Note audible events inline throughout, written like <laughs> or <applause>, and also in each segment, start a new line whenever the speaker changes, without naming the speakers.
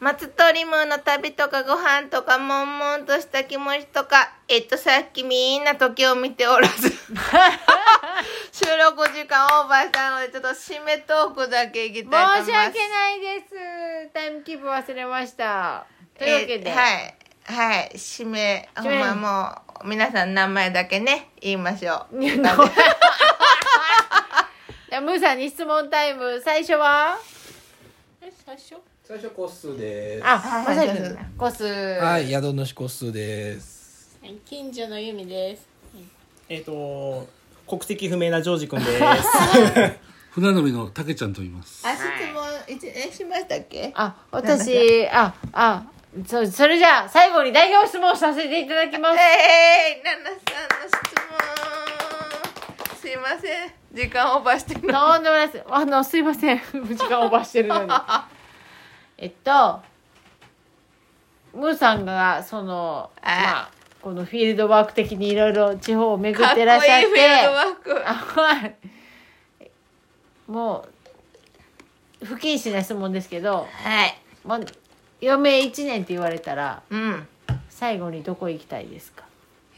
松鳥もの旅とかご飯とか悶々とした気持ちとかえっとさっきみんな時を見ておら
<laughs>
ず収録時間オーバーしたのでちょっと締めトークだけいきたいと思います
申し訳ないですタイムキープ忘れましたというわけで、
えーはいはい締めほ
締め
んまもう皆さん名前だけね言いましょう
じゃあムーさんに質問タイム最初は
え最初
最初個数です
あまさき
はい
コスは
はい宿主個数です
はい近所のゆみです
えっ、と国籍不明なジョージ君です。
船乗りのたけちゃんと言います。
あ質問一えしましたっけ
あ私ああそそれじゃあ最後に代表質問させていただきます
えーい、ナナさんの質問すいません時間オーバーしてるの
とんでもないです。あの、すいません。 <laughs> 時間オーバーしてる
<laughs>
のに。えっと、ムーさんが、その、
えー
まあ、このフィールドワーク的にいろいろ地方を巡
か
っ
っこいい
てらっしゃって。
フィールドワーク
あはい。もう、不謹慎な質問ですけど、
はい
まあ、余命1年って言われたら、
うん
最後にどこ行きたいですか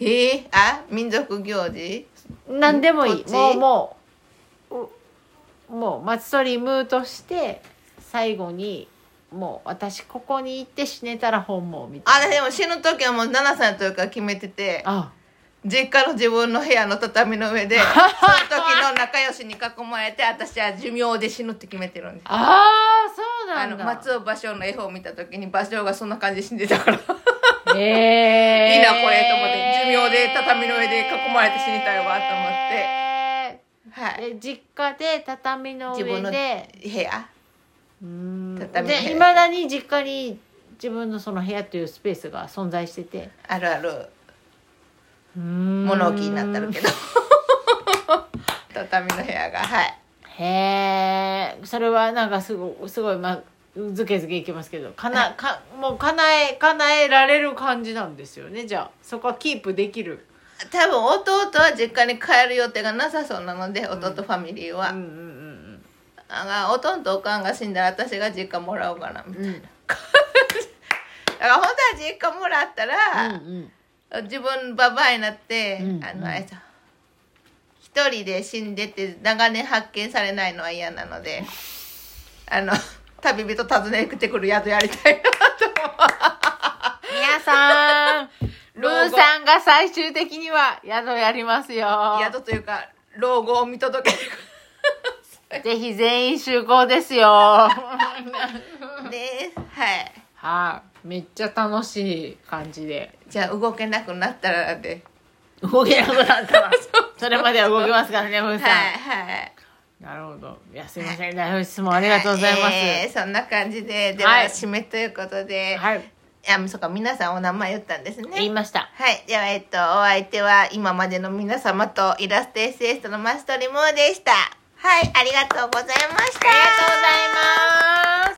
へえあ民族行事
何でもい
どっ
い
ち
もうもううもう松鳥ムーとして最後にもう私ここに行って死ねたら本望みた
あ
いな
でも死ぬ時はもうナナさんというから決めてて
あ
実家の自分の部屋の畳の <laughs> 上でその時の仲良しに囲まれて私は寿命で死ぬって決めてるんです
あーそう
あ
なん
の
だ
松尾芭蕉の絵本を見た時に芭蕉がそんな感じで死んでた <laughs> から
え
い
え
いなこれと思って寿命で畳の上で囲まれて死にたいわと思ってはい
で実家で畳の
自分
上
の部
で
屋
うーん
畳の部
で
屋
いまだに実家に自分のその部屋というスペースが存在してて
あるある
うーん
物置になってるけど <laughs> 畳の部屋がはい
へえそれはなんかすごすごいまあずけずけいきますけどかなかもう叶え叶えられる感じなんですよねじゃあそこはキープできる
多分弟は実家に帰る予定がなさそうなので弟ファミリーは、
うんうんうん
あがおとんとおかんが死んだら私が実家もらおうかなみたいな、 <laughs> だから本当は実家もらった
うん
ら、
うん
自分ババアになって、
うん
あのあれさ一人で死んでて長年発見されないのは嫌なの
<laughs>
であの旅人訪ねてくる宿やりた
<laughs>
い
皆さんルーさんが最終的には宿やりますよ
な宿というか老後を見届け
<laughs>
てくる
ぜひ全員集合ですよはい、
ですはい
めっちゃ楽しい感じで
じゃあ動けなくなったらで
動けなくなったら <laughs> それまでは動きますからねムー
はい
さん、
はい
なるほど。いや、すみません。大夫質問ありがとうございます。
えーそんな感じででは
はい
締めということで、
はい。
あ、そうか、皆さんお名前言ったんですね。
言いました。
はい。では、えっと、お相手は今までの皆様とイラストエッセイストのマストリモーでした。はい、ありがとうございました。ありが
ありがとうございます。